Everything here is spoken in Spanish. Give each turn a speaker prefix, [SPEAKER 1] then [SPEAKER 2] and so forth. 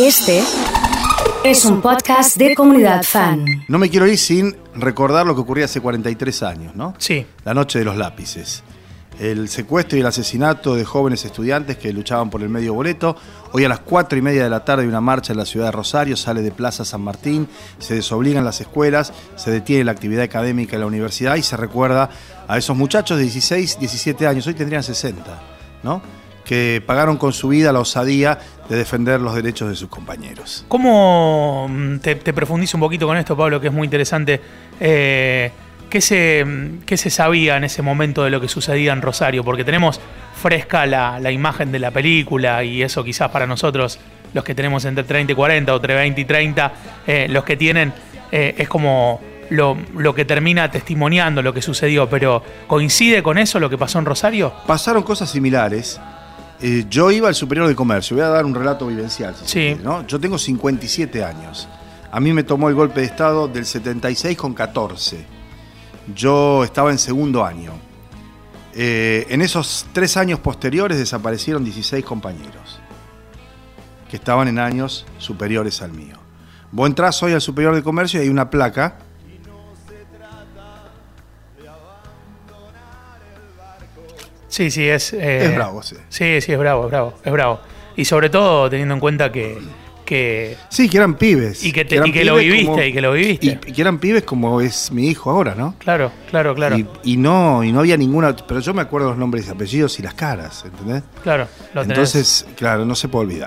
[SPEAKER 1] Este es un podcast de comunidad fan.
[SPEAKER 2] No me quiero ir sin recordar lo que ocurría hace 43 años, ¿no?
[SPEAKER 3] Sí.
[SPEAKER 2] La noche de los lápices. El secuestro y el asesinato de jóvenes estudiantes que luchaban por el medio boleto. Hoy a las 4 y media de la tarde hay una marcha en la ciudad de Rosario, sale de Plaza San Martín, se desobligan las escuelas, se detiene la actividad académica en la universidad y se recuerda a esos muchachos de 16, 17 años, hoy tendrían 60, ¿no? Que pagaron con su vida la osadía de defender los derechos de sus compañeros.
[SPEAKER 3] ¿Cómo mm, te, te profundizo un poquito con esto, Pablo, que es muy interesante? Eh, ¿qué, se, mm, qué se sabía en ese momento de lo que sucedía en Rosario? Porque tenemos fresca la, la imagen de la película y eso quizás para nosotros, los que tenemos entre 30 y 40 o entre 20 y 30, eh, los que tienen, eh, es como lo, lo que termina testimoniando lo que sucedió. Pero ¿coincide con eso lo que pasó en Rosario?
[SPEAKER 2] pasaron cosas similares. Eh, yo iba al superior de comercio, voy a dar un relato vivencial. si se
[SPEAKER 3] Sí.
[SPEAKER 2] quiere, ¿no? Yo tengo 57 años. A mí me tomó el golpe de Estado del 76 con 14. Yo estaba en segundo año. Eh, en esos tres años posteriores desaparecieron 16 compañeros que estaban en años superiores al mío. Vos entrás hoy al superior de comercio y hay una placa
[SPEAKER 3] Sí, sí, es. eh,
[SPEAKER 2] Es bravo, sí.
[SPEAKER 3] Sí, sí, es bravo, es bravo, es bravo. Y sobre todo teniendo en cuenta que. que
[SPEAKER 2] Sí, que eran pibes.
[SPEAKER 3] Y que te-
[SPEAKER 2] eran
[SPEAKER 3] y que lo
[SPEAKER 2] pibes
[SPEAKER 3] viviste, y que lo viviste.
[SPEAKER 2] Y, y que eran pibes como es mi hijo ahora, ¿no?
[SPEAKER 3] claro, claro, claro.
[SPEAKER 2] Y, y no, y no había ninguna. Pero yo me acuerdo los nombres, apellidos y las caras, ¿entendés?
[SPEAKER 3] claro, lo tenés.
[SPEAKER 2] Entonces, claro, no se puede olvidar.